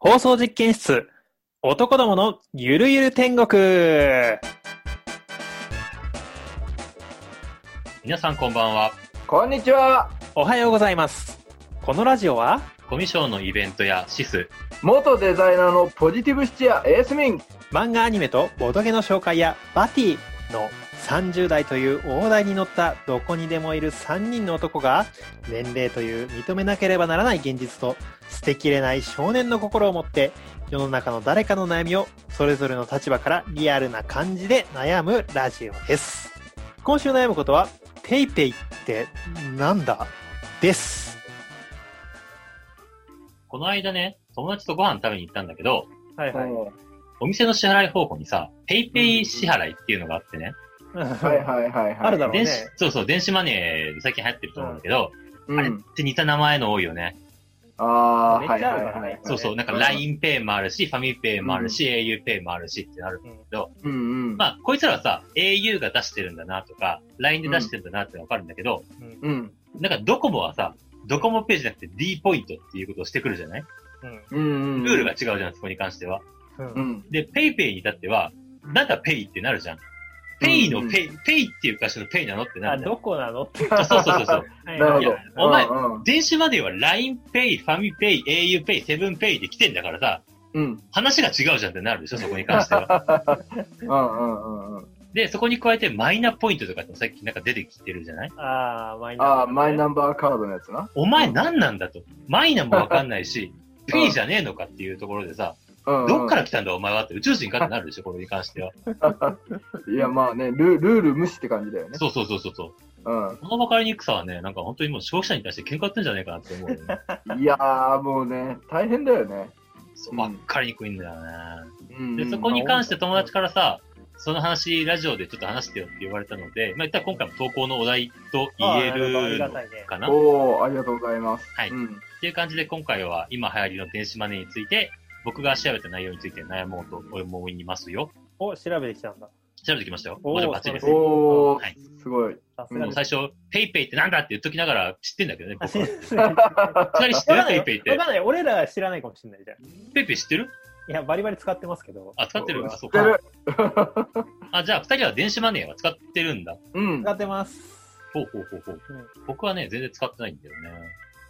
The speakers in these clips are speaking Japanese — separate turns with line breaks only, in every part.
放送実験室、男どものゆるゆる天国。
皆さんこんばんは。
こんにちは
おはようございます。このラジオは、
コミショのイベントやシス、
元デザイナーのポジティブシチアエースミン
漫画アニメとボドゲの紹介やバティの30代という大台に乗ったどこにでもいる3人の男が年齢という認めなければならない現実と捨てきれない少年の心を持って世の中の誰かの悩みをそれぞれの立場からリアルな感じで悩むラジオです今週悩むことはペイペイってなんだです
この間ね、友達とご飯食べに行ったんだけど、
はい
はい
お店の支払い方法にさ、ペイペイ支払いっていうのがあってね、
はいはいはい。
あるだろうね
電子、そうそう、電子マネー最近流行ってると思うんだけど、
う
あれっ
ん。
て似た名前の多いよね。
ああ、
めっ
はい
ちゃあ
は
る
い
からね
はい。
そうそう、なんか
ん
LINEPay もあるし、ファミペイもあるし、auPay もあるしってなる。
うんうん。
まあ、こいつらはさ、au が出してるんだなとか、LINE で出してるんだなってわかるんだけど、
うん
うん。
なんかドコモはさ、ドコモペイじゃなくて D ポイントっていうことをしてくるじゃない
うん
うんうん。
ルールが違うじゃん、そこに関しては。
うん
うん。
で、ペイペイに至っては、なんだペイってなるじゃん。ペイのペイ、ペイっていう会社のペイなのってな
あ
るじゃん。
どこなのって
あそうそうそうそう。
な
なるほど。
お前
うんうん
電子マネーは LINEPay、ファミペイ、auPay、セブンペイで来てんだからさ、
うん。
話が違うじゃんってなるでしょ、そこに関しては。
うんうんうん。
で、そこに加えてマイナポイントとかってさっきなんか出てきてるじゃない
ああ、マイナ
ああ、マイナンバーカードのやつな。
お前何なんだと。マイナもわかんないし、ペイじゃねえのかっていうところでさ、
うんうん。
どっから来たんだお前はって宇宙人かってなるでしょ、これに関しては。
いや、まあね、ルルール無視って感じだよね。
そうそうそうそうそう。
う
この分かりにくさはね、なんか本当にもう消費者に対して喧嘩売ってんじゃねえかなって思うよね。
ん。いやー、もうね、大変だよね。
そううんわっかりにくいんだよね。
うん
で、そこに関して友達からさ、その話、ラジオでちょっと話してよって言われたので、まあ、言ったら今回も投稿のお題と言え
ああり
る
が
の
たいね。
かなっ
おー、ありがとうございます。
はい
うん。
ていう感じで今回は今流行りの電子マネーについて、僕が調べた内容について悩もうと思いますよ。
お、調べてきたんだ。
調べてきましたよ。
おー
もうじゃあバッチリです。も
おー
はい、
すごい。
さす
ー
が
う
です。
最初、ペイペイってなんだって言っときながら知ってんだけどね、
あ
僕
知ら
は。
ない
二人知って
わ
る
かんな
ペ
い
イペイって
わ。かんない。俺ら知らないかもしれないじゃん。
ペイペイ知ってる
いや、バリバリ使ってますけど。
あ、使ってるあ、そう
知って
か。
る。
あ、じゃあ二人は電子マネーは使ってるんだ。
うん。
使ってます。
ほうほうほうほう
うん。
僕はね、全然使ってないんだよね。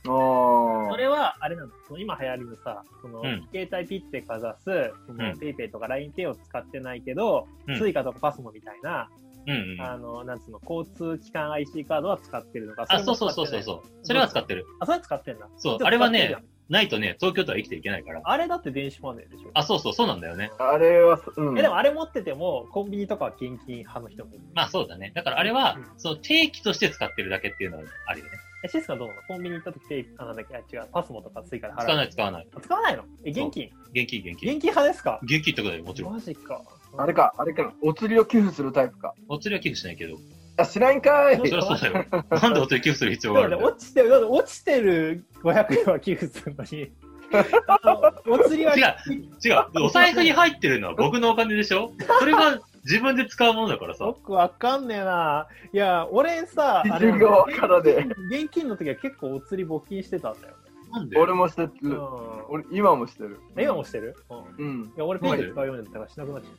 お
そ
ー。
れは、あれなんだ。その今流行りのさ、その、
うん
携帯ピッてかざす、その、
うん
ペイペイとか LINEPay を使ってないけど、
うん
Suica とかパスモみたいな、
うんうん。
あの、なんつうの、交通機関 IC カードは使ってるのか。
あ、
れ
そ
も
う
使
そう
って
そ
な
う
い
そうそう。それは使ってる。
あ、それは使ってんだ。
そう
でも
あれはね
使ってるじ
ないとね、東京都は生きていけないから
ゃん。あれだって電子マネーでしょ。
あ、そうそう、そうなんだよね。
あれは、うん。
えでもあれ持ってても、コンビニとかは現金派の人もいる。
まあそうだね。だからあれは
うん、
その定期として使ってるだけっていうのはあるよね。
え、シスカどうなのコンビニ行った時ペイ、あ、なんだっけ、あ、違う、パスモとかスイカで払う。
使わない、使わない。
あ使わないのえ、現金
現金、現
現
金。
金派ですか
現金ってことだよ、もちろん。
マジか。
あれか、あれか、お釣りを寄付するタイプか。
お釣りは寄付しないけど。
あ、しないん か
そ
い
え
そりゃそうだよ。なんでお釣り寄付する必
そう
要があ
だね、
るんだよ。
落ちてる、だって落ちてる500円は寄付するのに、あのお釣りは、
違違う。お財布に入ってるのは僕のお金でし ょそれが自分で使うものだからさ。
僕わかんねえな。いや、俺さ、あれ
基準がわからね
現金の時は結構お釣り募金してたんだよね。
なんで
俺もしてる。
う
俺、今もしてる。
ん。今もしてるうん。い
うん。
や、俺ペイで使うようになったからしなくなっちゃっ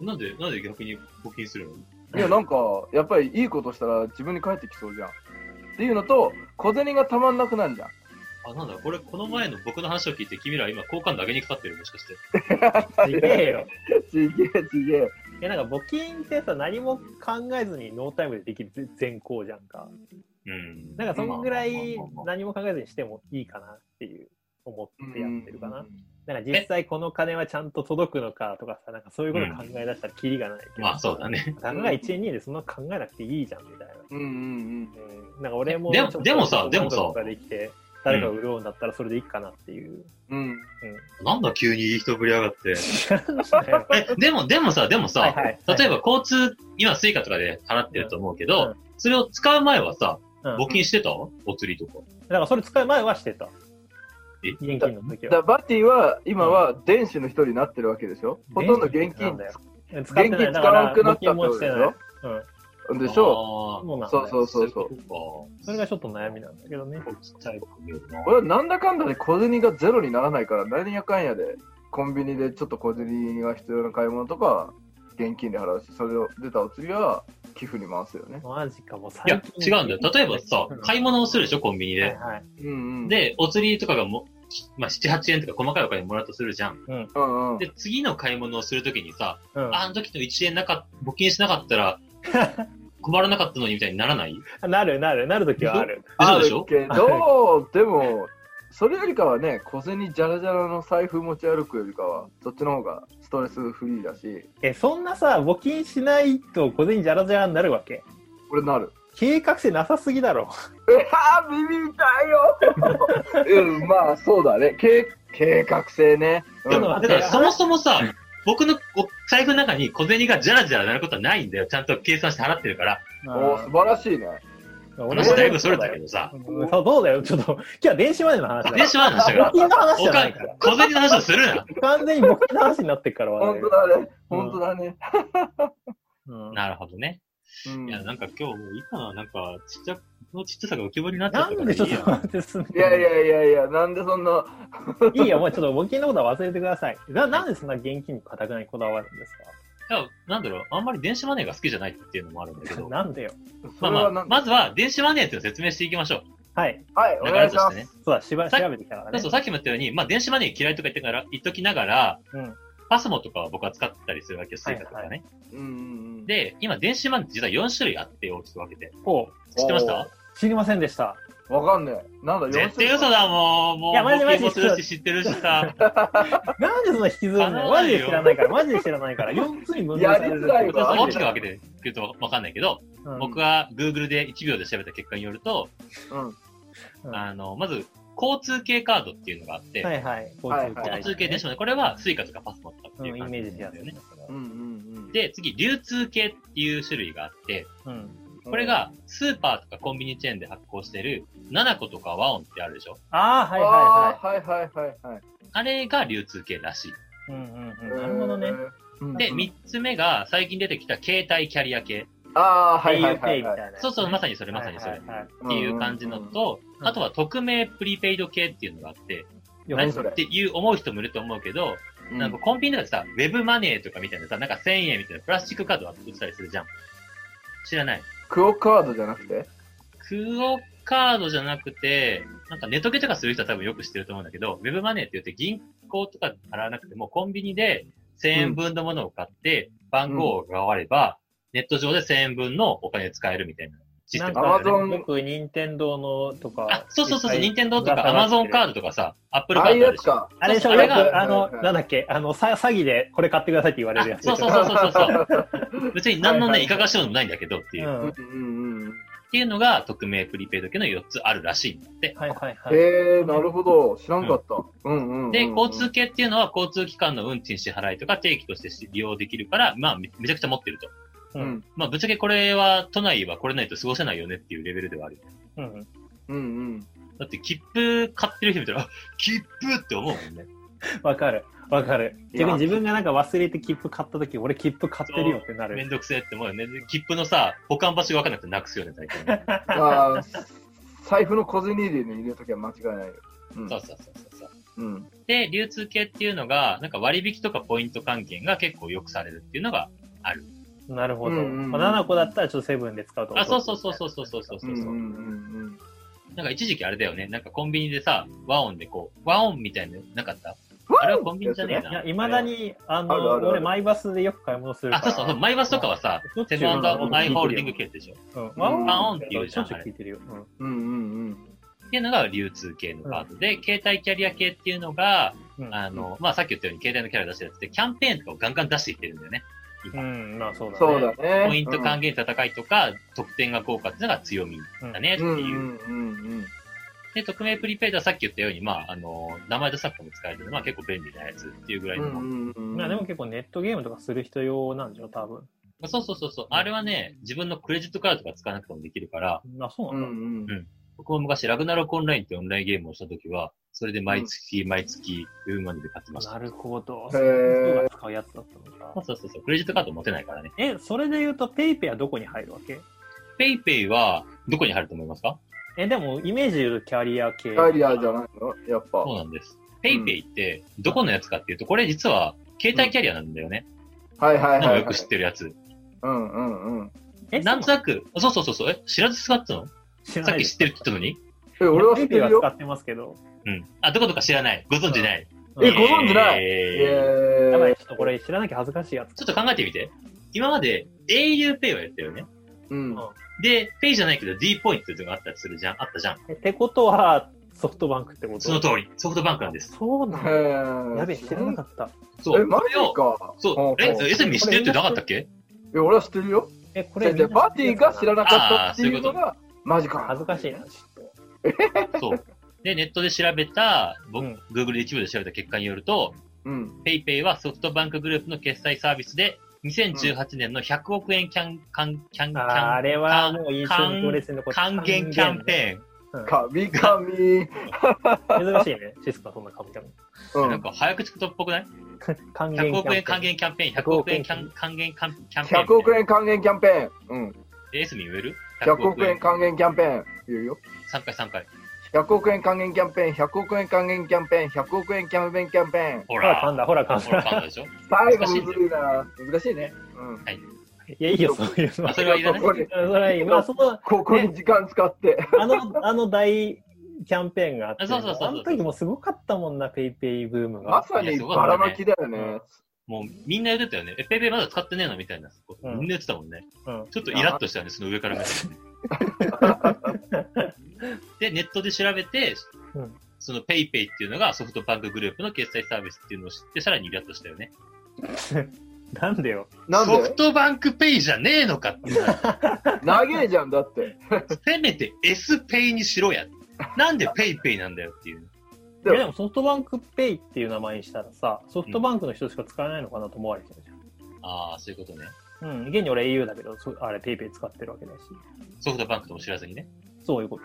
た。
なんで、なんで逆に募金するの
いや、なんか、やっぱりいいことしたら自分に返ってきそうじゃん。っていうのと、小銭がたまんなくなるじゃん。
あ、なんだ、これ、この前の僕の話を聞いて、君ら今、好感度上げにかかってる、もしかして。
すげえよ。
ちげえ、ちげえ。
いやなんか募金ってさ何も考えずにノータイムでできる全行じゃんか
うん。
なんかそんぐらい
まあまあまあまあ
何も考えずにしてもいいかなっていう思ってやってるかな、
うん。
なんか実際この金はちゃんと届くのかとかさなんかそういうこと考え出したらキリがないけど、
まあ、そうだね。
たかが1円2円でそんな考えなくていいじゃんみたいな、
うんう
う
ん
ん、なんか俺も
でも
ちょっと
でもさでもさ
満足ができて誰かが潤うんだったらそれでいいかなって いう、
うん。うん。
なんだ急にいい人ぶりやがって。
知らんしないよ
え、でも、でもさ、でもさ、
はいはいはい
例えば交通、今スイカとかで払ってると思うけ
う
ど、
ん
それを使う前はさ、
うん、
募金してた、お釣りとか。
だからそれ使う前はしてた
え
現金の時
だ
は
からバティは、今は電子の人になってるわけでしょほとんど現
電子の人な
金
んだよ
現金使わなくなったってことでしょ
うん。
でしょ
ょ
そうなんだ
そ
よ
うそうそうそう
うこ
それがちょっと悩みなんだけどね。
とか。こっちタイプ見るな。
俺はなんだかんだで小銭がゼロにならないから何やかんやでコンビニでちょっと小銭が必要な買い物とか現金で払うしそれを出たお釣りは寄付に回すよね
マジか、もう最
いや、
近
違うんだよ。例えばさ、買い物をするでしょ、コンビニ
はい
で。
はい。
うんうん
で、お釣りとかがも、まあ、7、8円とか細かいお金もらうとするじゃん。
うんうん
で、次の買い物をするときにさ、
うん
ああの時の1円なかっ募金しなかっ たら、困らなかったのにみたいにならない
なるなる、なるときはある。
嘘
あ
でし
る
ょ
けどでもそれよりかはね小銭じゃらじゃらの財布持ち歩くよりかはそっちの方がストレスフリーだし
え、そんなさ、募金しないと小銭じゃらじゃらになるわけ
俺なる
計画性なさすぎだろ。
うわー耳痛いよ うんまあそうだね計計画性ね、うん
ちょっと
だ
待
か
って
ら、そもそもさ、僕のお財布の中に小銭がじゃらじゃらなることはないんだよ。ちゃんと計算して払ってるから。
おー素晴らしいね
俺
話
も
だいぶそれたけどさ。
うんそう、どうだよ。ちょっと、今日は電子マネーの話だから
電。子マネーの話だ
募
か
金の話じ
ら。お
ゃな
か
いから。
小銭の話をするな。
完全に募金の話になってっから、我
本当
々
だね本当だね、
うん
なるほどね。
うん
いや、なんか今日もういいかな。なんか、ちっちゃ、このちっちゃさが浮き彫りになっちゃ
な
った
ん
からい
で
い
ちょ
や
っと待ってすんの
いやいやいやいや、なんでそんな、
いいよ、もうちょっと募金のことは忘れてください。ななんでそんな現金にかたくなにこだわるんです
いやなんだろう、あんまり電子マネーが好きじゃないっていうのもあるんだけ
か
ど。ま
なんでよ。
そ
あ
れ
ま
は
あ
な、ん
まずは電子マネーっていうのを説明していきましょう。
はい。
はい、お
流
願
れ
いし
とし
ま
て
す。
ね。
そうだ、しば調べてきたからね
そう。さっきも言ったように、まあ、電子マネー嫌いとか言ってから、言っときながら、
うん
パスモとかは僕は使ったりするわけよ、スイカとかね。
はいは
うんうんうん、
で、今、電子マネー実は4種類あって、大きく分けて。
おう
知ってました
知りませんでした。
わかんねえ。なんだ、
絶対嘘だもん。もう、
いやマジ
募
マ
金
ジ
もするし、知ってるし さ。
なんでそんな引きずる
あな
の
ら
マ
な
ジ
い
で
よ
知らないから、マジで知らないから、4つに分類される
やりづらいわ
大きく
わ
分けて言うと分かんないけど、
うん
僕は Google で1秒で調べた結果によると、
うん。
うん
あの、まず、交通系カードっていうのがあって、
はいはい。
はいはい
交通系電子マネー、これはスイカとかパスモとかっ
う
てい
ん、
う
イ
感
メ
じな
ー
ん
ジし
だ
や
よ
す
ね
いね。
うんうんうん。、
で、次、流通系っていう種類があって、
うん。
これ、がスーパーとかコンビニチェーンで発行してる、ナナコとかワオンってあるでしょ
ああ、はいは
あーはいはいはいはい。
あれが流通系らしい。
いはい。うんうんうん。なるほどね。
うん。
で、3つ目が最近出てきた携帯キャリア系。
ああー、は
ペ
い
イ
は
ユ
い
ーペ
は
イ
い
みた
はいい。
なね。
そうそう、まさにそれ、まさにそれ。
はい
っ
はいはい
ていう感じのと
う、ん
あとは匿名プリペイド系っていうのがあって、
いや
何
何それ
っていう思う人もいると思うけど、
うんうん、
なんかコンビニとかでさ、ウェブマネーとかみたいなさ、なんか1000円みたいなプラスチックカードが売ってたりするじゃん。知らない。
クオカードじゃなくて
クオカードじゃなくて、なんかネトゲとかする人は多分よく知ってると思うんだけど、ウェブマネーって言って銀行とか払わなくても、コンビニで1000円分のものを買って、番号が変われば、ネット上で1000円分のお金使えるみたいなシステム
な
が
ん
あ
か
る
Amazon
よく任天堂のとか。
あ、そうそうそうそ
い
う、任
っ
天堂とか
ぶら下がってる
Amazon カードとかさ、Apple
あ
カ
あ
ー
いう
ドあ
や
るで
つ
しょ。
か。
ぱいあれでしょ、
あれ
よ
が
く、あの
はいは、い
なんだっけ、あの、さ詐欺でこれ買ってくださいって言われるや
あ
つでし
そ
ょ。
うそうそうそうそう。別に何の
は
ね、
いはいはい
いかがしようでもないんだけどっていう。っ
ん。
うんうんうん。
ていうのが、匿名プリペイド系の4つあるらしいんだって。
はいはいはい。
へえ、なるほど。知らんかった。うんうんうんうん。
で、交通系っていうのは交通機関の運賃支払いとか定期として利用できるから、まあ、めめちゃくちゃ持ってると。
う
うんん。
まあ、ぶっちゃけこれは、都内はこれないと過ごせないよねっていうレベルではある。
うん。
うんうん。
だって、切符買ってる人見たら、あ切符って思うもんね。
わかる。わかる。
いや
逆に自分がなんか忘れて切符買った時、俺切符買ってるよってな
め
る。
んどくせえって思うよね。で切符のさ、保管場所が分かんなくてなくすよね、大体ね。
ああ、財布の小銭入れに入れときゃ間違いないよ。うん
そうそうそうそうそう。
うん。
で、流通系っていうのが、なんか割引とかポイント還元が結構よくされるっていうのが、
なるほど。
うんうんうん
まあ、7個だったらちょっとセブンで使うと
あ、そうそうそうそうそうそうそう
う
そう。
んうんうんうん。
なんか一時期あれだよね、なんかコンビニでさ、和音でこう、和音みたいなのなかったあれはコンビニじゃねえ
い
な
や、いまだに、あの、
あるあるある
俺マイバスでよく買い物するか
あ、
ら。
そうそうそう、マイバスとかはさ
しょっ、ちゅ
セ
う
ブンマイホールディング系でしょ。
うん。ワン
ワン
オ
オ
ン
ン
っ
ってて
言
言
う
う
じ
じ
ゃ
ゃ
ん。
ん
ちょっと聞いてるよ。うん
うんうん
っていうのが流通系のカードで、携帯キャリア系っていうのが、
うん
あの、まあ、さっき言ったように携帯のキャラ出してるやつで、キャンペーンとかをガンガン出していってるんだよね。
うん、まあそう
うん。
だね。
そうだね。
ポイント還元戦いとか、得点が効果っていうのが強みだねって
うんうん
いう。
うんうん。
で、匿名プリペイドはさっき言ったように、まあ、あの、名前出さなくても使えるので、まあ結構便利なやつっていうぐらいの。ま
まあでも結構ネットゲームとかする人用なんでしょ、多分。
あそうそうそうそう。あれはね、自分のクレジットカードとか使わなくてもできるから、
あ、そう
う
なんだ。
んうん、
僕も昔ラグナロクオンラインってオンラインゲームをした時は、それで毎月毎月、ウーマニで買ってました。
なるほど。
へ
そういうの
え
が使うやつだったの
そう
か。
そうそうそう、クレジットカード持てないからね。
え、それで言うと、ペイペイはどこに入るわけ
ペイペイは、どこに入ると思いますか
え、でも、イメージで言うとキャリア系。
キャリアじゃないのやっぱ
そうなんです。ペイペイって、どこのやつかっていうと、これ実は、携帯キャリアなんだよね。
はいは
な
い
ん
は
か
い
よ
は
く
い
知ってるやつ。
うんうんうん
え、
なんとなく、そうそうそうそう、え、知らず使ってたの
そう
さっき知ってる
知
って言ったのに
え俺
ら
は
な
知
いですペイ
ってる
ペイは
よ
使ってますけど。
うん。あ、どことか知らない。ご存知ない。
うん
えご存知ないえ
えー
ー
やばい、ちょっとこれ知らなきゃ恥ずかしいやつ。
ちょっと考えてみて。今まで auPay はやったよね。
うん
で、ペイじゃないけど D ポイントっていうのがあったりするじゃん。あったじゃん。
えってことは、ソフトバンクってこと
その通り。ソフトバンクなんです。
そうな
へ
の
ー
やべえ、知らなかった。
そう。
えマ
それ
ジ
を
か
そう。え、
うんうん
え泉知ってるってなかったっけ
え俺は知ってるよ
え、こ
こ
れ、
れバティが知ら
な
なかったっていうのがマジか
恥ずかしいな、ちょっと。
そう。で、ネットで調べた、僕、
うん
Google で一部で調べた結果によると、
うん
ペイペイはソフトバンクグループの決済サービスで、2018年の100億円キャン、キャン、キャン、キャン、
あーあれはもう印象に強烈に残って
還元キャンペーン。
神神
ーン。珍しいね、シスコはそんな神々。
う
なん
ん
か早口言葉っぽくない
還元
?100
キャン
億
ペ
円還
ーン。
元キャンペーン、100億円キャン還元キャンキャンペーン。
100億円還元キャンペーンうん
え、エスミン言える
100億円。還元キャンペーン言うよ
3回3回。
100億円還元キャンペーン100億円還元キャンペーン100億円キャンペーンキャンペーン
ほ
ほら、噛
ら。
んだ、ほら、噛
ほ
ん
ら、
だ。
噛んだ でしょ
最後むずいな難しいねうん
いや、いいよ、そういうの
あ、
は。
それはいらない
ここに
それはいい。まあ、その、
ここに時間使って
あの、あの大キャンペーンがあって、
あそうそうそうそう
あの時もすごかったもんな、ペイペイブーム
ま
が。
さにばらまきだよね。
もうみんな言ってたよね。え、ペイペイまだ使ってねえのみたいな。
うん
みんな言ってたもんね。
うん
ちょっとイラッとしたよね、その上から見て。 で、ネットで調べて、
うん
そのペイペイっていうのがソフトバンクグループの決済サービスっていうのを知って、さらにイラッとしたよね。
なんでよ。
なん
ソフ
で
トバンクペイじゃねえのかっていう話。
長えじゃんだって。
せめて S ペイにしろや。なんでペイペイなんだよっていう。
いやでもソフトバンクペイっていう名前にしたらさ、ソフトバンクの人しか使えないのかなと思われてるじ
ああ、そういうことね。
ゃん。うん、現に俺 au だけど、そあれペイペイ使ってるわけだし。
ソフトバンクとも知らずにね。
そういうこと。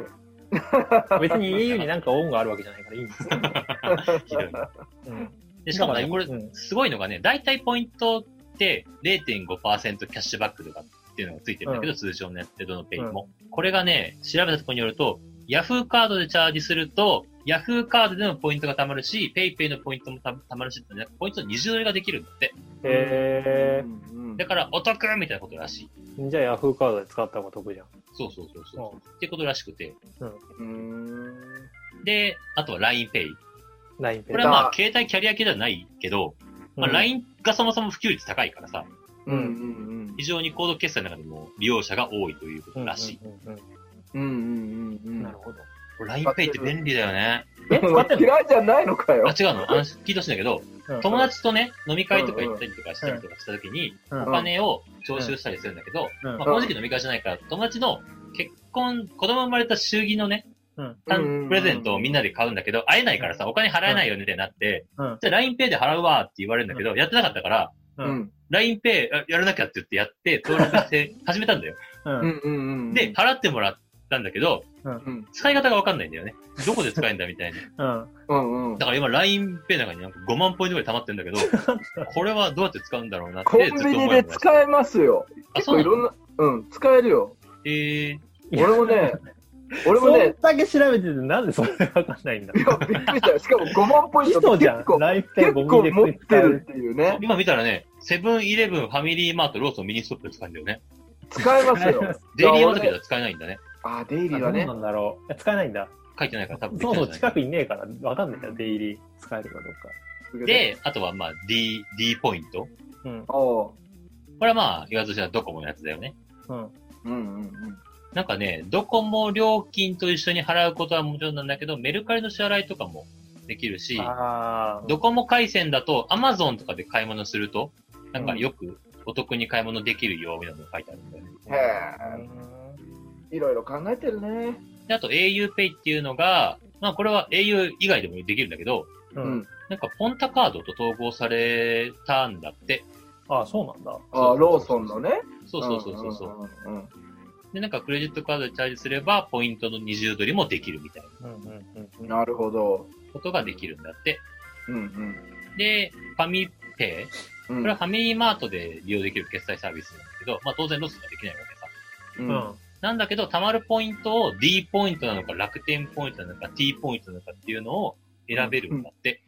別に au になんか恩があるわけじゃないからいいんですよ。
ひどいな。
うん、
で、しかもね、これ
う、ん
すごいのがね、大体ポイントって0.5%キャッシュバックとかっていうのがついてるんだけど、
う
通常のやってどのペイも。これがね、調べたところによると、Yahoo カードでチャージすると、Yahoo カードでのポイントが貯まるし、PayPay のポイントもた貯まるし、ポイントの二重取りができるんだって。
へ
うん
だから、お得みたいなことらしい。
ー。じゃあ Yahoo カードで使った方が得じゃん。
そうそうそうそう。ってことらしくて。
うん
で、あとは LINEPay。
LINE ペイ
これはまあ、携帯キャリア系ではないけど、まあ、
うん
LINE がそもそも普及率高いからさ、
うんうん
非常にコード決済の中でも利用者が多いということらしい。。
うんうんうん
うんうんうんう
うんんなるほど。
LINEPay って便利だよね。
え、使ってんの
嫌いじゃないのか
あ、
よ。
違うの。あの、聞いてほしいんだけど、
うん
友達とね、飲み会とか行ったりとかしたりとかした時に、
うん
お金を徴収したりするんだけど、
うん
まあ、この時期飲み会じゃないから、友達の結婚、子供生まれた祝儀のね、
うん
誕プレゼントをみんなで買うんだけど、会えないからさ、お金払えないよねってなって、
うん
じゃあ LINEPay で払うわって言われるんだけど、やってなかったから、
う
うんん
LINEPay あやらなきゃって言ってやって、登録して始めたんだよ。
うん
うんうんうん。
で、、払ってもらったんだけど、
うん
使い方がわかんないんだよね。どこで使えんだみたいな。
うん。
うんうん
だ。から今 LINEPay の中になんか5万ポイントぐらい溜まってんだけど、これはどうやって使うんだろうなって
コ
ずっ
ン
と
ビ
思
ニ
い
で
ました。
使えますよ。
あ、
結
そう
構い
な
ろ
の
んな、うん、使えるよ。
えー、
俺もね、 俺も
そ
ね
ん、だけ調べててなんでそれわかんないん だ
いや、びっくりした。しかも5万ポイント
人じゃん
結構、。
ライフペイ
結
ゴ
構
ミで
持
食
っ
い使
て
え
る。っていうね。
今見たらね、セブンイレブン、ファミリーマート、ローソン、ミニストップで使えるんだよね。
使えます
使え
よ
ま。
デイリーマートでは使えないんだね。
あー、デイリ
あ
ー
ど
は
う
ね
な。んだろう。使えないんだ。
書いてないから多分でき
そ
ない
も
ん
そ
じ
も近
ゃない
くいねえから、わかんないんだよ、出入り使えるかどう
で、あとはまあ D、D ポイント。
か。うん。
おう、
これはまあ、言わずしたらドコモのやつだよね。
うん。
うんうんうん。
なんかね、ドコモ料金と一緒に払うことはもちろんなんだけど、メルカリの支払いとかもできるし、
ああ。
ドコモ回線だと、アマゾンとかで買い物すると、なんかよくお得に買い物できるよ、みたいなのが書いてあるんだよね。
へえ、いろいろ考えてるね。
で、あと auPay っていうのが、まあこれは au 以外でもできるんだけど、
う。
うんん。
なんかポンタカードと統合されたんだって。
ああ、そうなんだ。
ああ、ローソンのね。
そうそうそうそうそう。
うんうんうん
で、なんかクレジットカードでチャージすれば、ポイントの二重取りもできるみたいな。
うんうんうん
なるほど。
ことができるんだって。
うん
で、ファミペイ
うん。
これはファミリーマートで利用できる決済サービスなんだけど、まあ当然ロスができないわけさ。
う。
うんん。
なんだけど、貯まるポイントを D ポイントなのか楽天ポイントなのか T ポイントなのかっていうのを選べるんだって。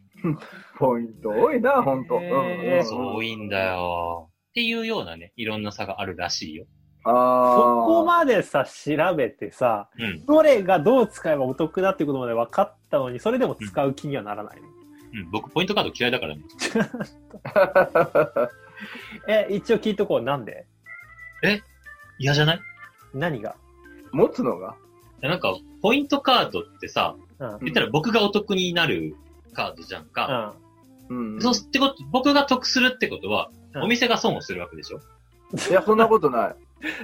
ポイント多いな、ほんと。うん
へ
う
ー
ん。
そう多いんだよ。っていうようなね、いろんな差があるらしいよ。
あ
そ
あ。
こまでさ、調べてさ、
うん。
どれがどう使えばお得だっていうことまで分かったのに、それでも使う気にはならないの。
うん、僕、ポイントカード嫌いだからね。
え、一応聞いとこう。なんで
嫌じゃないい
何が
持つのが
やなんか、ポイントカードってさ、
うん。
言ったら僕がお得になるカードじゃんか。
うん。
そうすってこと、僕が得するってことは、
うん
お店が損をするわけでしょ、
いや、そんなことない。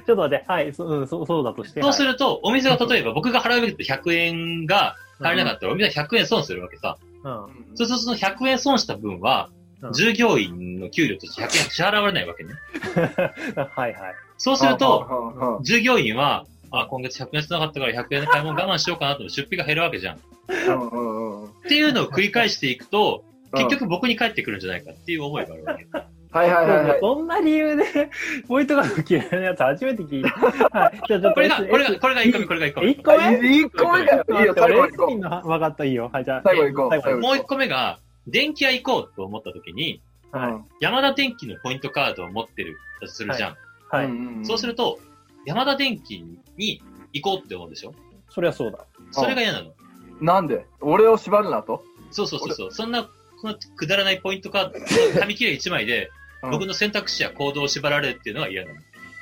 ちょっと待って、はい、そ,、うん、そそうだとして。
そうすると、お店が例えば僕が払うべき100円が足りなかったら、お店は100円損するわけさ。
はい。
そうするとその100円損した分は
う、ん
従業員の給料として100円支払われないわけね。
うん。はいはい。
そうすると、
と、
従業員は、あ、今月100円しなかったから100円で買い物我慢しようかなと出費が減るわけじゃん。っ
うんうんうん
ていうのを繰り返していくと、結、局僕に返ってくるんじゃないかっていう思いがあるわけ。
はいはいはいはい。
そんな理由で、 ポイントカード嫌いなやつ初めて聞い た。はい。じゃあちょっと
これが、
S-
これが、これが1個目、これが1個目。
一個目
いい声だよ。いいよ、最後行こ
の分かった、いいよ。はい、じゃあ。
最後行こう
最後
もう一個目が、電気屋行こうと思った時に、
う。
は
山田電機のポイントカードを持ってるとするじゃん。
い。はい。
い
そうすると、山田電機に行こうって思うでしょ
それはそうだ。
それが嫌なの。
なんで俺を縛るなと
そうそうそうそう。そんな、このくだらないポイントカー ド、紙切れ1枚で、
うん
僕の選択肢や行動を縛られるっていうのは嫌な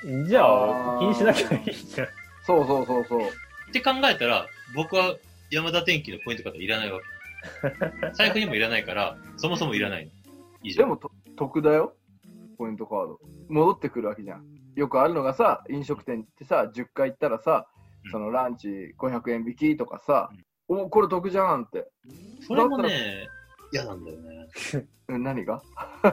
の。っ
じゃ
あ
あ、
ー
気にしなきゃいい じゃん。
そうそうそうそう。
て考えたら、僕は山田電機のポイントカードいらないわ け。財布にもいらないから、そもそもいらないの。以上。
でも、と得だよ。ポイントカード。戻ってくるわけじゃん。よくあるのがさ、飲食店行ってさ、10回行ったらさ
うん、
そのランチ500円引きとかさ、おこれ得じゃんって。
それもね、嫌なんだよね。
うん何が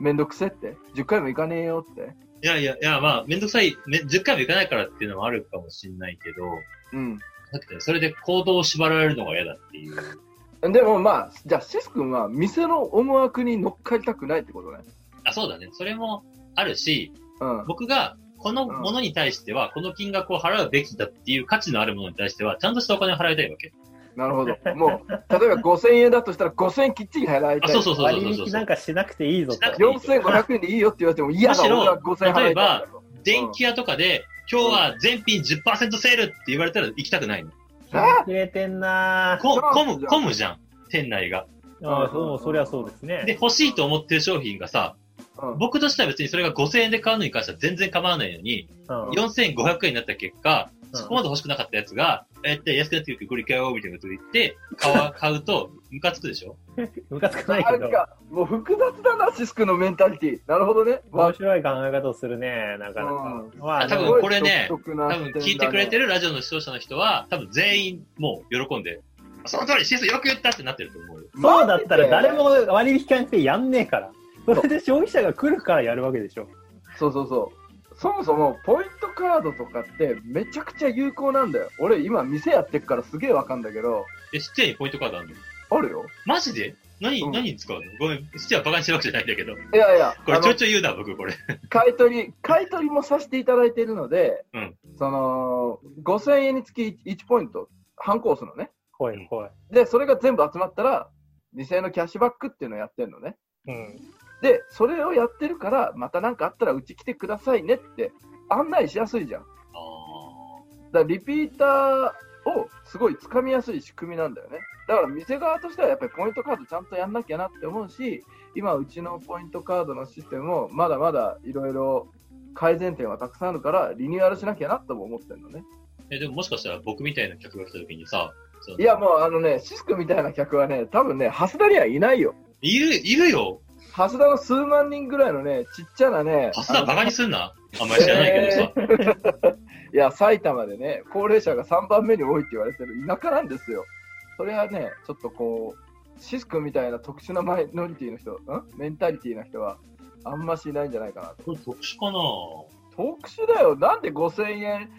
めんどくせって。10回も行かねえよって。
いやいや、いや、まあ、めんどくさい、め10回も行かないからっていうのもあるかもしんないけど、
うん。
だってそれで行動を縛られるのが嫌だっていう。
でもまあ、じゃあシス君は店の思惑に乗っかりたくないってことね。
あ、そうだね。それもあるし、
うん。うん
僕がこのものに対しては、この金額を払うべきだっていう価値のあるものに対しては、ちゃんとしたお金を払いたいわけ。
なる ほど。もう、例えば5000円だとしたら5000円きっちり払いた
あ、
い。
そうそうそうそう
割
そうそう
引なんかしなくていいぞ
しなくていい
4500円でいいよって言われても嫌
む
だ、
しろ
俺は5000円払いたいんだと。
電気屋とかで、今日は全品10%セールって言われたら行きたくないの。
切れてんなぁ。
こ
そう
混む、混むじゃん。店内が。
あーそう、そりゃそうですね。
で、欲しいと思ってる商品がさ、
うん
僕としては別にそれが5000円で買うのに関しては全然構わないのに、
うん
4500円になった結果、
うん
そこまで欲しくなかったやつが、えって安くなってくるこれ買おうみたいなこと言って、買わ買うと、ムカつくでしょ
ムカつかない
あ
け
れ
ど。
か、もう複雑だな、シスクのメンタリティ。なるほどね。
面
わ
白い考え方をするね、なかなか。ま
あ多分
すごい
これね
独特な
多
視点
分
だね
聞いてくれてるラジオの視聴者の人は、多分全員もう喜んで、その通り、シスよく言ったってなってると思うよ。
そうだったら誰。
マジで
も割引関係やんねえから。それで消費者が来るからやるわけでしょ。
そうそうそう。そもそも、ポイントカードとかってめちゃくちゃ有効なんだよ。俺、今、店やってるからすげえわかんだけど、
え、ステアにポイントカードあるの
あるよ。
マジで何、
うん
何に使うのごめん、ステアバカにしてるわけじゃないんだけど。
いやいや、
これ
あ
ちょ
の
いちょい言うな、僕これ。
買い取り、買い取りもさせていただいているので、
うん
その、5000円につき1ポイント、反抗するのね。
ほいほい。
で、それが全部集まったら、2000円のキャッシュバックっていうのをやってるのね。
うん。
で、それをやってるから、また何かあったらうち来てくださいねって案内しやすいじゃん。だか
あ
らリピーターをすごい掴みやすい仕組みなんだよね。だから店側としてはやっぱりポイントカードちゃんとやんなきゃなって思うし、今うちのポイントカードのシステムもまだまだいろいろ改善点はたくさんあるからリニューアルしなきゃなとも思ってるのね。
ーえ、でももしかしたら僕みたいな客が来た時にさ、その
いやもうあのね、シスクみたいな客はね、多分ね、ハスダにはいないよ。
いる、いるよ。
ハスダの数万人ぐらいのね、ちっちゃなね、
パスタバカにすんな。あんまり知らないけどさ。
いや、埼玉でね、高齢者が3番目に多いって言われてる田舎なんですよ。それはね、ちょっとこう、シスクみたいな特殊なマイノリティの人、んメンタリティな人は、あんましいないんじゃないかなと。
これ特殊かな
特殊だよ。なんで5000円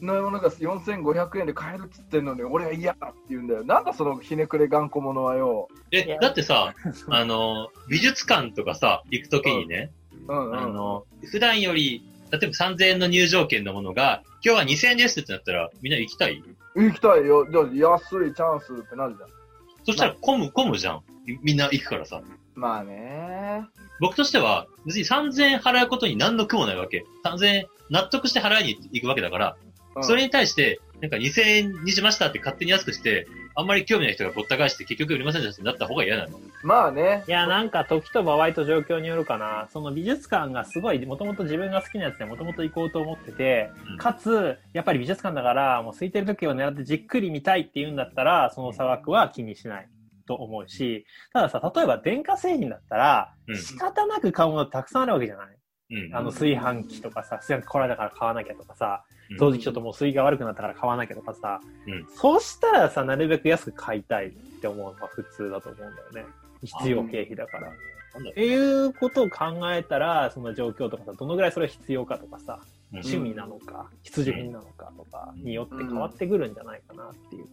のものが4500円で買えるっつってんのに、俺は嫌だって言うんだよ。なんだそのひねくれ頑固者はよ。
いや
え、だってさ、あの、美術館とかさ、行くときにね、
うんうん。
あの、普段より、例えば3000円の入場券のものが、今日は2000円ですってなったら、みんな行きたい
行きたいよ。じゃあ安いチャンスってなるじゃん。
そしたら混む、混むじゃん。みんな行くからさ。
まあね
僕としては、別に3000円払うことに何の苦もないわけ。3000円、納得して払いに行くわけだから、
うん
それに対して、なんか2000円にしましたって勝手に安くして、あんまり興味ない人がぼった返して結局売りませんでしたってなった方が嫌なの。
まあね。。
いや、なんか時と場合と状況によるかな。その美術館がすごい、もともと自分が好きなやつでもともと行こうと思ってて
うん、
かつ、やっぱり美術館だから、もう空いてる時を狙ってじっくり見たいっていうんだったら、その差額は気にしないと思うし、たださ、例えば電化製品だったら、
うん
仕方なく買うものたくさんあるわけじゃない
うん。
あの炊飯器とかさ、炊飯器壊れたから買わなきゃとかさ
うん、
掃除機ちょっともう水が悪くなったから買わなきゃとかさ、
うん
そうしたらさ、なるべく安く買いたいって思うのが普通だと思うんだよね。必要経費だから。
なんだろ
っていうことを考えたら、その状況とかさ、どのぐらいそれが必要かとかさ、
うん
趣味なのか、必需品なのかとかによって変わってくるんじゃないかなっていう。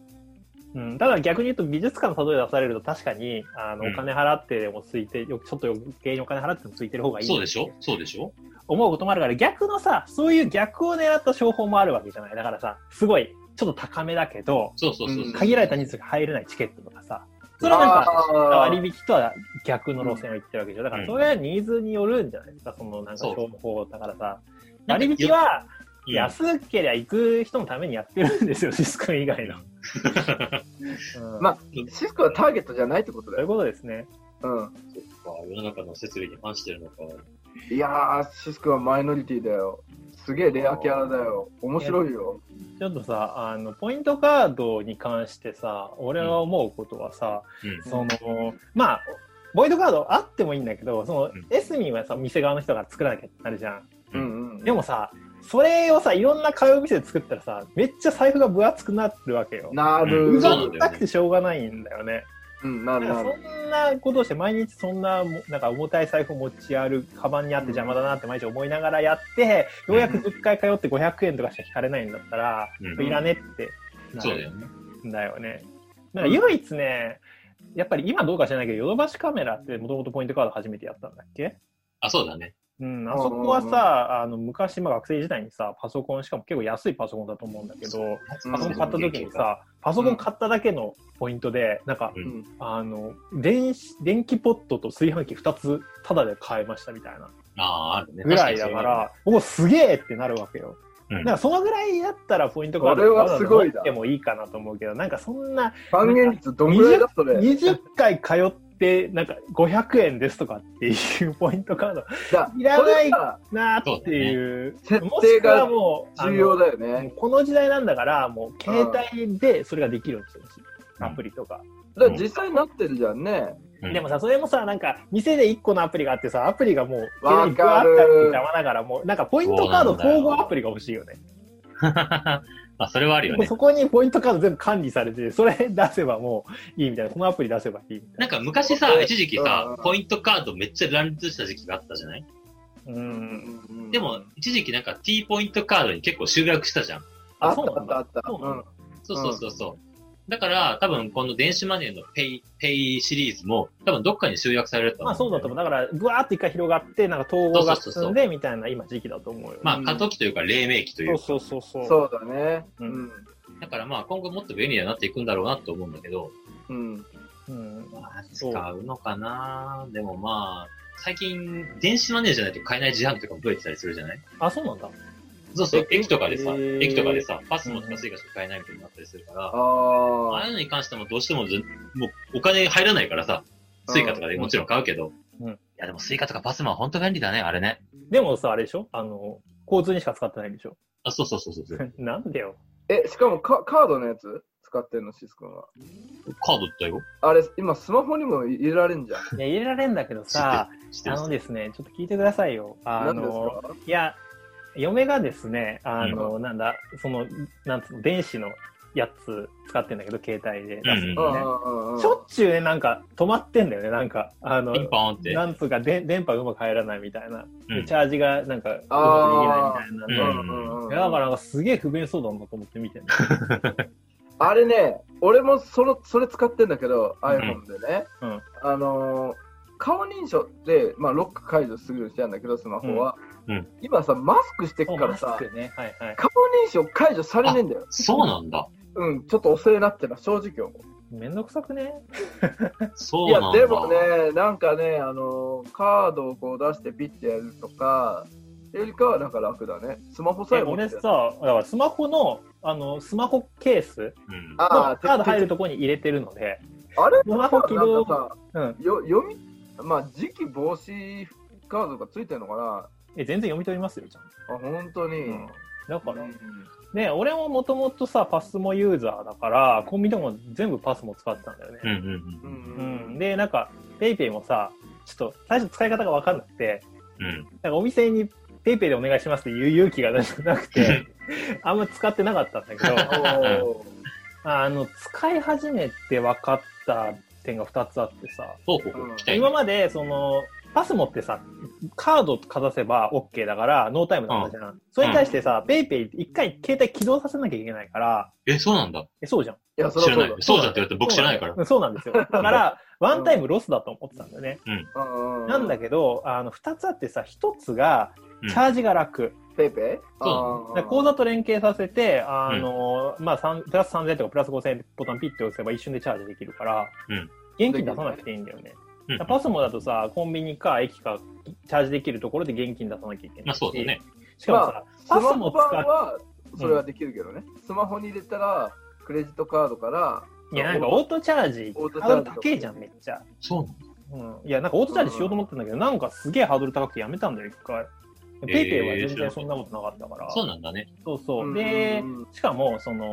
うん、ただ逆に言うと美術館の例え出されると確かにあの
うん
お金払ってでもついてよちょっと余計にお金払ってでもついてる方が
う
いい
そうでしょそうでしょ
思うこともあるから逆のさそういう逆を狙った商法もあるわけじゃないだからさすごいちょっと高めだけど
そうそうそうそううん
限られた人数が入れないチケットとかさそれはなんか
あー
割引とは逆の路線を言ってるわけじゃんだからそれはニーズによるんじゃないですかそのなんか
そう
商法だからさ
なんか
割引は
うん
安けりゃ行く人のためにやってるんですよシスコ以外の、うん
まあシスコはターゲットじゃないってこと
そう
だ
いう
よ。
ことですね
うん。
そっか、世の中の設備に反してるのか。
いやー、シスコはマイノリティだよ。すげえレアキャラだよ。面白いよ。
ちょっとさあのポイントカードに関してさ俺は思うことはさ、
うん
そのまあボイドカードあってもいいんだけどその、
ん
エスミンはさ店側の人が作らなきゃってなるじゃん
う
う
ん
んうん。
でもさそれをさいろんな買う店で作ったらさめっちゃ財布が分厚くなってるわけよ
な
う
る
そう
ざ
な
っ
んだよ
たくてしょうがないんだよね
うん、な
だか
る
ら
なる。
そんなことして毎日そんなもなんか重たい財布持ち歩くカバンにあって邪魔だなって毎日思いながらやってようやく10回通って500円とかしか引かれないんだったら、
うん
いらねってな
そうだ
る
よね。
だよね。なんか唯一ね、やっぱり今どうか知らないけど、ヨドバシカメラってもともとポイントカード初めてやったんだっけ
あ、そうだね。
うん、あそこはさ、あの昔、まあ、学生時代にさ、パソコン、しかも結構安いパソコンだと思うんだけど、
うん
パソコン買った時に、さ、パソコン買っただけのポイントで、なんか、
うん
あの電子、電気ポットと炊飯器2つ、タダで買えましたみたいな
ああ、あるね。
ぐらいだから、おすげえってなるわけよ。
うん
だから、そのぐらいだったらポイントカード
それはすごいな
でもいいかなと思うけど、なんかそんな、
還元率どんぐらいだ それ。だ
20回通って、なんか500円ですとかっていうポイントカードいら
そ
な
れ
い
さ、
なーっていう。
設
もし
定
くは
が
もう、
重要
だ
だよね。
この時代なんだから、もう携帯でそれができるんですよ、アプリとか。
だから実際になってるじゃんね。
うん
でもさ、それもさ、なんか、店で1個のアプリがあってさ、アプリがもう、
わかる
急にあったり邪魔ながら、もう、なんかポイントカード統合アプリが欲しいよね。
まあ、それはあるよ
もう
ね。
そこにポイントカード全部管理されて、それ出せばもういいみたいな、このアプリ出せばいいみた
ないんか昔さ、一時期
うん
さ
うん、
ポイントカードめっちゃ乱立した時期があったじゃない
な。うん。
でも、一時期なんか T ポイントカードに結構集約したじゃん。
あ
あ
っ
そう
たあ
な
っ
ん
た
だ
あった。
そうなんだ
そうそうそうそう。だから、多分この電子マネーのペイ、ペイシリーズも、多分どっかに集約されると思
ま
う。
あそうだと思う。だから、ぶわーって一回広がって、なんか統合が進んで、みたいな今時期だと思うよ。
まあ、過渡期というか、黎明期というか。
そうそうそううんそう。
そうだね。う
うんん。
だからまあ、今後もっと便利になっていくんだろうなと思うんだけど、
うん。
うん。
まあ、使うのかなでもまあ、最近、電子マネーじゃないと買えない自販機とかも増えてたりするじゃない
あ、そうなんだ。
そうそう、
え
駅とかでさ
え、ー
駅とかでさ、パスもとかスイカしか買えないみたいになったりするから、あ
あ
あいうのに関してもどうしてもず、もうお金入らないからさ、スイカとかでもちろん買うけど、
うん
いやでもスイカとかパスも本当便利だね、あれね。
でもさ、あれでしょあの、交通にしか使ってないんでしょ
あ、そうそうそうそうそう。
なんでよ。
あ。え、しかもカカードのやつ使ってんの、シスコは。
カードだよ。
あれ、今スマホにも入れられんじゃん。
いや、入れられんだけどさ、
知って
あ
る。
のですね、ちょっと聞いてくださいよ。あ
なんです
の、
か
いや、嫁がですね、あの、なんだ、その、なんつうの、電子のやつ使ってんだけど、携帯で出すんだ
う
よ
ん
ね。
うんうん
しょっちゅうね、なんか止まってんだよね、なんか、あの
ピ、ンポンって。
なんつうかで、電波がうまく入らないみたいな、
うん
でチャージがなんかうまくできないみたいな
あ
の
ー
うんうんうん
いやだからなんかすげえ不便そうだなと思って見てる。
あれね、俺もそのそれ使ってんだけど、iPhone でね、
うん
あのー顔認証って、まあ、ロック解除するようにしてたんだけど、スマホは。
うんうん
今さ、マスクしてっからさ
マ、スクね、はいはい。
顔認証解除されねえんだよ。
そうなんだ。
うん、ちょっと遅えなってのは正直思う。
めんどくさくね。
そ
いう
な
や
んだ。
でもね、なんかね、あのーカードをこう出してピッてやるとか、よりかはなんか楽だね。スマホさ
え
え持って
俺さ、
る
だからスマホの、あの、スマホケース
う
の
ん。
あー
カード入るとこに入れてるので、
あれ
スマホ起
な
動
んか
うん。
さ、よ読み、まあ、時期防止カードがついてるのかな
え、全然読み取りますよ、ちゃんと。
あ本当に、
うんだから
うん
ね、俺ももともとさ、パスモユーザーだから、コンビニでも全部パスモ使ってたんだよね。
うんうん
う
うん。
うんん、で、なんか、ペイペイもさ、ちょっと最初使い方が分かんなくて、
うん。
なんかお店にペイペイでお願いしますって言う勇気がなくて、 あんま使ってなかったんだけど、
おー
あの、使い始めて分かった点が2つあってさ、
ほうほうほう。期待
今。まで、その、パスモってさ、カードかざせば OK だから、ノータイムだったじゃん。それに対してさ、ペイペイって一回携帯起動させなきゃいけないから、
え、そうなんだ。
え、そうじゃん。
いや、そ
知
れ
ら
はそ
な
う
い
だ。。
そうじゃんって言われて僕知らないから。
うんそうなんですよ。だ から、ワンタイムロスだと思ってたんだよね。
う
なんだ
っ
けど、あの、二つあってさ、一つが
うん、
チャージが楽。
けペイペイ
そ
だから口
座
座と連携させて、あの、まあ、三プラス3000とかプラス5000ボタンピッて押せば一瞬でチャージできるから、
うん
現金出さなくていいんだよね。
うん
だからパスモだとさ、コンビニか駅かチャージできるところで現金出さなきゃいけないし。
まあそうだね。
しかもさ、
ス
パ
マ
ス
ホ
も
版
使っ
は、それはできるけどね。スマホに入れたら、クレジットカードから、
いや、なんかオートチャージ、
オートチャージ
ハードル高えじゃん、めっちゃ。
そう
うん。いや、なんかオートチャージしようと思ったんだけど、なんかすげえハードル高くてやめたんだよ、一回。ペイペイは全然そんなことなかったから。
そうなんだね。
そうそう。
う
で
ん、
しかも、その、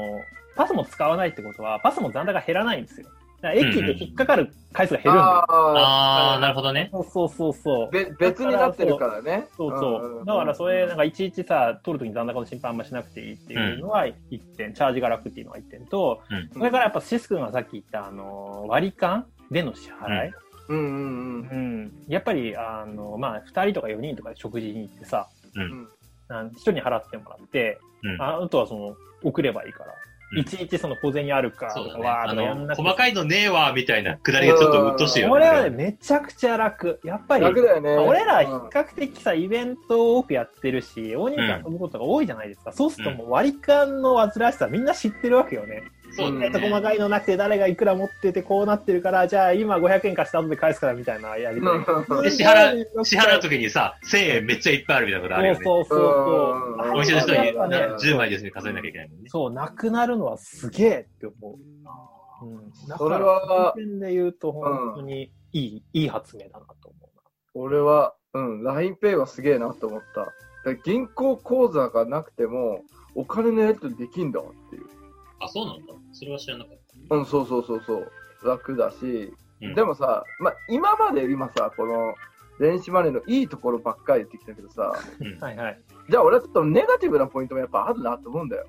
パスも使わないってことは、パスも残高が減らないんですよ。だから駅で引っかかる回数が減るんだよ。
あ
あー、なるほどね。
そうそうそう
ー
そう。
べ別になってるからね。
そうそう。だからそれ、なんかいちいちさ、取るときに残高の心配あんましなくていいっていうのは一点、チャージが楽っていうのが一点と、
うん
それからやっぱシス君がさっき言った、あの、割り勘での支払い、
うんうんう
うん
ん。
やっぱり、あの、まあ、2人とか4人とかで食事に行ってさ、
うん
なん1人に払ってもらって、
うん。
ああとはその、送ればいいから。
うん
いちいちその小銭あるか、
そうだね。
わー
あ
とかやん
の、
なくて。
細かいのねえわ、みたいなくだりがちょっとうっとしいよね。
これはね、めちゃくちゃ楽。やっぱり、
楽だよね。
俺ら比
うん
較的さ、イベントを多くやってるし、大人数遊ぶことが多いじゃないですか。そうするともう割り勘の煩わしさみんな知ってるわけよね。
そううんだ
えっと、細
ね。
かいのなくて誰がいくら持っててこうなってるから、じゃあ今500円貸した後で返すからみたいなやりとり。
で支払、支払うときにさ、1000円めっちゃいっぱいあるみたいなことあるよね。
そうそうそう
うん
そう。
お店の人に
やっぱね
うん
10枚ですね、数えなきゃいけないもんね。
そう、なくなるのはすげえって思う。うん、だ
それ
から、
は
その点で言うと、本当にいい、いい発明だなと思うな。
俺は、うん、LINEPay はすげえなと思った。だから銀行口座がなくても、お金のやり取りできんだっていう。
あ、そうなんだ。それは知らなかった。
うん、そうそうそうそう。楽だし、
うん
でもさ、まあ、今まで今さ、この電子マネーのいいところばっかり言ってきたけどさ、
うん。
はいはい。
じゃあ俺はちょっとネガティブなポイントもやっぱあるなと思うんだよ。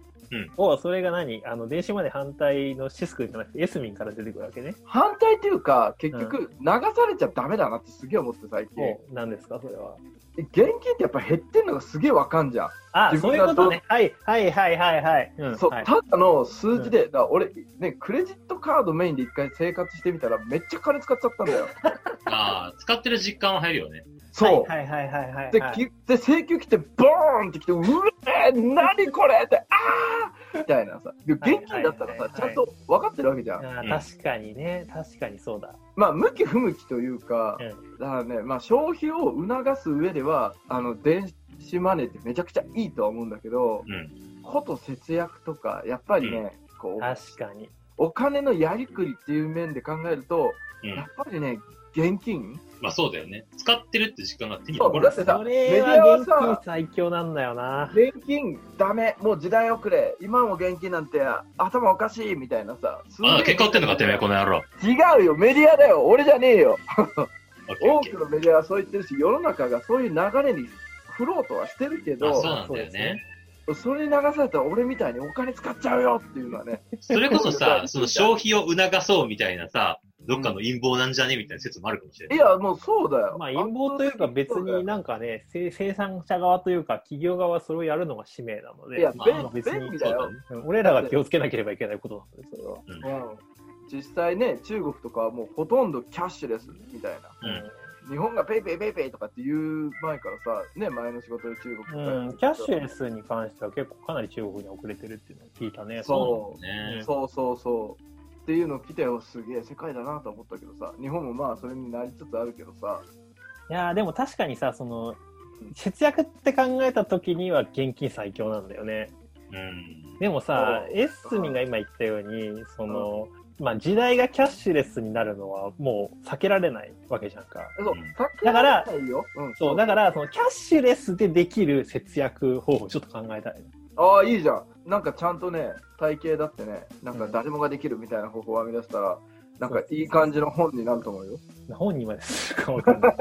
おそれが何あの、電子マネー反対のシスクじゃなくて、エスミンから出てくるわけね。
反対っていうか、結局、流されちゃダメだなってすげえ思って最近。
お何ですか、それは。
現金ってやっぱ減ってんのがすげえわかんじゃん。
あ、
自
そう
分
いうこ
が
とね。はいはいはいはいはい。うん、
そう、
はい
ただの数字で、だから俺、ね、クレジットカードメインで一回生活してみたら、めっちゃ金使っちゃったんだよ。
ああ、使ってる実感は入るよね。
そう。
はいはいはいはい
で
はい。
きで、請求来て、ボーンって来て、うえー、何これって、あーみたいなさ。で、現金だったら
はいはいはいは
さ
い、
ちゃんと分かってるわけじゃ
あ
ん。
ー確かにね、確かにそうだ。
まあ、向き不向きというか
う、
だからね、まあ、消費を促す上では、あの、電子マネーってめちゃくちゃいいとは思うんだけど、
うん。
こと節約とか、やっぱりね、こう、
確かに。
お金のやりくりっていう面で考えると、
う
やっ
ん。
ぱりね、現金
まあそうだよね。使ってるって実感が手に
そ
残
う、
る
だっ。てさ、
そ
メ
れ
ディア
は
は
現
さ
金、最強なんだよな。
現金ダメ、もう時代遅れ、今も現金なんて頭おかしいみたいなさ、すげえ
あ、喧嘩売ってんのか、てめえ、この野郎。
違うよ、メディアだよ、俺じゃねえよ。
オッケーオッ
多
ケー
くのメディアはそう言ってるし、世の中がそういう流れに振ろうとはしてるけ
あ、そう
ど、
なんだよね。
それに流されたら俺みたいにお金使っちゃうよっていうのはね、
それこそさ、その消費を促そうみたいなさ、どっかの陰謀なんじゃねみたいな説もあるかもしれない
い。や、もうそうだよ。
まあ陰謀というか別になんかね、生生産者側というか企業側はそれをやるのが使命なので、
いや
ま
べ
あ別
便
に
利だよ
そうだね
うん俺らが気をつけなければいけないことなんですよ、それは。
うん実際ね、中国とかはもうほとんどキャッシュレスみたいな。日本がペイペイペイペイとかっていう前からさ、ね、前の仕事で中国とかやって
うん、
た
キャッシュレスに関しては結構かなり中国に遅れてるっていうのを聞いたね。
そう
ね
そうそうそう。っていうの来てよ、すげえ世界だなと思ったけどさ、日本もまあそれになりつつあるけどさ、
いやーでも確かにさ、その、節約って考えた時には現金最強なんだよね。
うん。
でもさ、
うん
エッスミンが今言ったように、その、まあ時代がキャッシュレスになるのはもう避けられないわけじゃんか。
そう
うん、
さっき
だから
言ったよ。うん、
そう、だから、そのキャッシュレスでできる節約方法、ちょっと考えたい。
ああ、いいじゃん。なんかちゃんとね、体型だってね、なんか誰もができるみたいな方法を編み出したら、なんかいい感じの本になると思うよ。
本人までするかわかんない。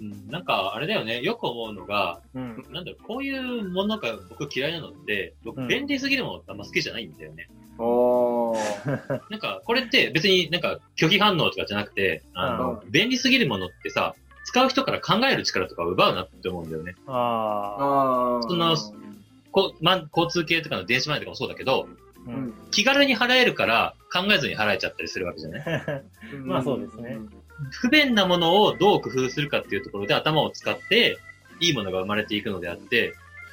うんなんか、あれだよね、よく思うのが、
うん。
なんだろう、こういうものが僕嫌いなのって、
う
僕
ん
便利すぎるものってあんま好きじゃないんだよね。
お ー。
なんか、これって別になんか拒否反応とかじゃなくて、あの、便利すぎるものってさ、使う人から考える力とかを奪うなって思うんだよね。
ああ。
あー
そのこうまあ、交通系とかの電子マネーとかもそうだけど、
う
うん
ん。
気軽に払えるから考えずに払えちゃったりするわけじゃない。
まあそうですね。
不便なものをどう工夫するかっていうところで頭を使って、いいものが生まれていくのであって、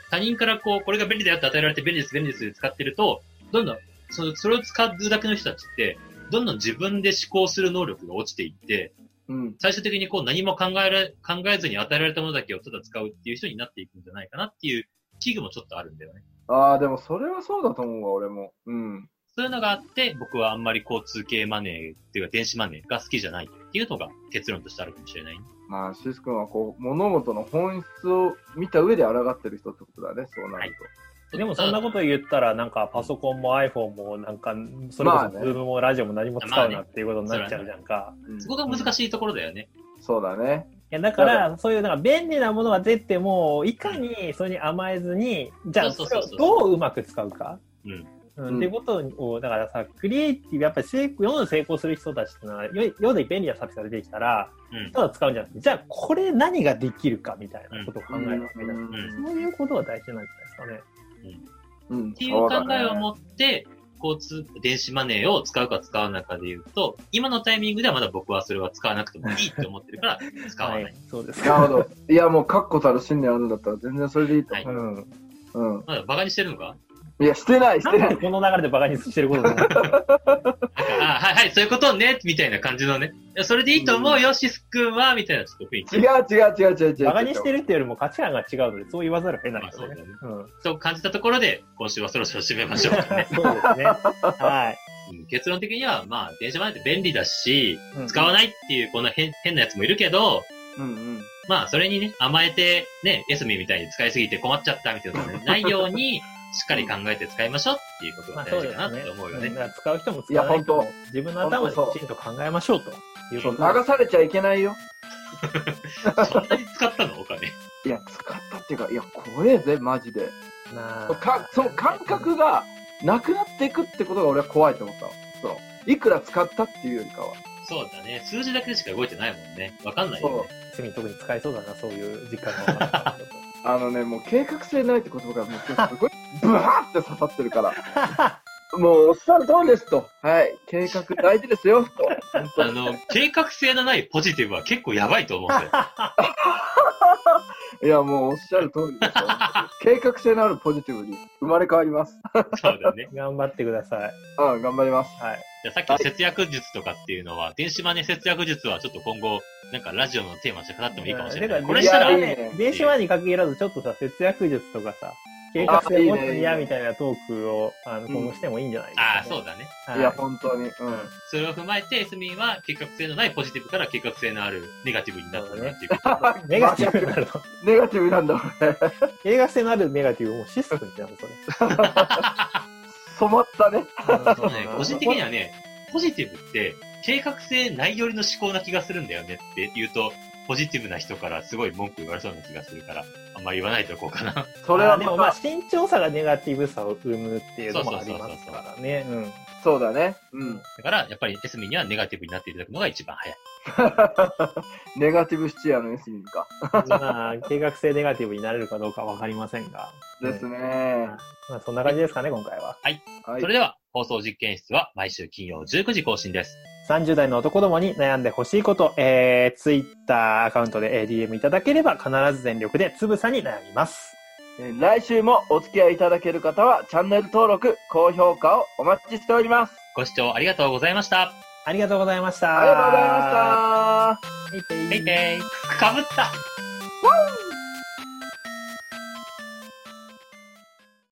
他人からこう、これが便利だよって与えられて便利です、便利ですって使ってると、どんどん、そのそれを使うだけの人たちって、どんどん自分で思考する能力が落ちていって、
うん。
最終的にこう何も考えら考えずに与えられたものだけをただ使うっていう人になっていくんじゃないかなっていう危惧もちょっとあるんだよね。
ああ、でもそれはそうだと思うわ、俺も。うん。
そういうのがあって、僕はあんまり交通系マネーっていうか電子マネーが好きじゃないっていうのが結論としてあるかもしれない。
まあ、シス君はこう、物事の本質を見た上で抗ってる人ってことだね、そうなる
でもそんなこと言ったら、なんかパソコンも iPhone も、なんか、それこ
まあ
そ
ね
Zoom もラジオも何も使うなっていうことになっちゃうじゃんか。
と。うん
そこが難しいところだよね。
そうだね。
いや、だから、そういうなんか便利なものが出ても、いかにそれに甘えずに、じゃあ、
そう
それ
そう
を
そうそう
どううまく使うか。
うん
うんってことを、だからさ、クリエイティブ、やっぱり成功世の成功する人たちってのは、世世で便利なサービスが出てきたら、
うん。
ただ使うんじゃなくて、じゃあこれ何ができるかみたいなことを考えるわけだ、
うん
う
そういうことが大事なんじゃないで
うん
っていう考
そうだ
え
ね
を持って、交通、電子マネーを使うか使わないかで言うと、今のタイミングではまだ僕はそれは使わなくてもいいって思ってる から、
す
使
か
わ
ね。
ない。
はい、そうです
な
か。
るほど。いや、もう、確固たる信念あるんだったら、全然それでいいと
はい
うん
思う。
なん
うん。
まだ馬鹿にしてるのか
いや、してない、してな
で
い。
この流れでバカにしてることになる
なんかあはいはい、そういうことね、みたいな感じのね。いやそれでいいと思うよ、シス君は、みたいな、ちょっと雰囲気。
違う違う違う違う違う。
バカにしてるっていうよりも価値観が違うので、そう言わざるを得ないです
まあ
ね
そうだね。
うん
そう感じたところで、今週はそろそろ締めましょう、ね
そうですね。はい。
うん結論的には、まあ、電車マネーって便利だし、
うん
使わないっていう、こんな変変なやつもいるけど、
うんうん。
まあ、それにね、甘えて、ね、エスミみたいに使いすぎて困っちゃったみたいな のがないように、しっかり考えて使いましょうっていうこと
ま
が
あそ
大
う
事
です
かな
ね
って思うよ
う
ね。
んだから使う人も使わない人
い
も
や
自分の頭できちんと考えましょうということです
流されちゃいけないよ。
そんなに使ったのお金。
いや、使ったっていうか、いや、怖えぜ、マジで。
なあ
かその感 覚がなくなっていくってことが俺は怖いと思ったの。そのいくら使ったっていうよりかは。
そうだね。数字だけしか動いてないもんね。わかんないよ
そう
別
ね。。
に特に使えそうだな、そういう実感がわかったけど。
あのね、もう計画性ないって言葉がもう今日すごいブワーって刺さってるから。もうおっしゃる通りですと。はい。計画大事ですよ、と。
あの、計画性のないポジティブは結構やばいと思うんだよ。
いや、もうおっしゃる通りですよ。計画性のあるポジティブに生まれ変わります。
そうだね。
頑張ってください。
うん、頑張ります。
はい。
じゃあさっきの節約術とかっていうのは、電子マネー節約術はちょっと今後、なんかラジオのテーマとして語ってもいいかもしれない。
や
これ
だ
し
か
た
ら
ら、
い
電子
やいい
マネ
ね
ー電子マネーに限らず、ちょっとさ、節約術とかさ、計画性持つにやみたいなトークを、あの、
うん
今後してもいいんじゃないですか、
ああ、そうだね。
はい
や、本当に。うん。
それを踏まえて、エスミンは計画性のないポジティブから計画性のあるネガティブになったなっていうこと。
ネガティブになるの。
ネガティブなんだ、俺。
計画性のあるネガティブ、もうシステムじゃん、それ。
染まったね。
そうね、個人的にはね、ポジティブって、計画性ないよりの思考な気がするんだよねって言うと、ポジティブな人からすごい文句言われそうな気がするから、あんま言わないとこうかな。
それ
あ
は
ーで
ま
も
た
まあ慎重さがネガティブさを生むっていうのもありますからね。うん
そうだね。うん。
だから、やっぱりエスミンにはネガティブになっていただくのが一番早い。
ネガティブシチュアのエスミンか。
まあ、計画性ネガティブになれるかどうかわかりませんが。
です
うん
ね。
まあ、そんな感じですかね、今回は。
はい
それ。では、放送実験室は毎週金曜19時更新です。
30代の男どもに悩んでほしいこと、えー、Twitter アカウントでえー DM いただければ必ず全力でつぶさに悩みます。
えー来週もお付き合いいただける方は、チャンネル登録、高評価をお待ちしております。
ご視聴ありがとうございました。
ありがとうございました。
ありがとうございました。
した。ペイペイ
ペイペイ。かぶった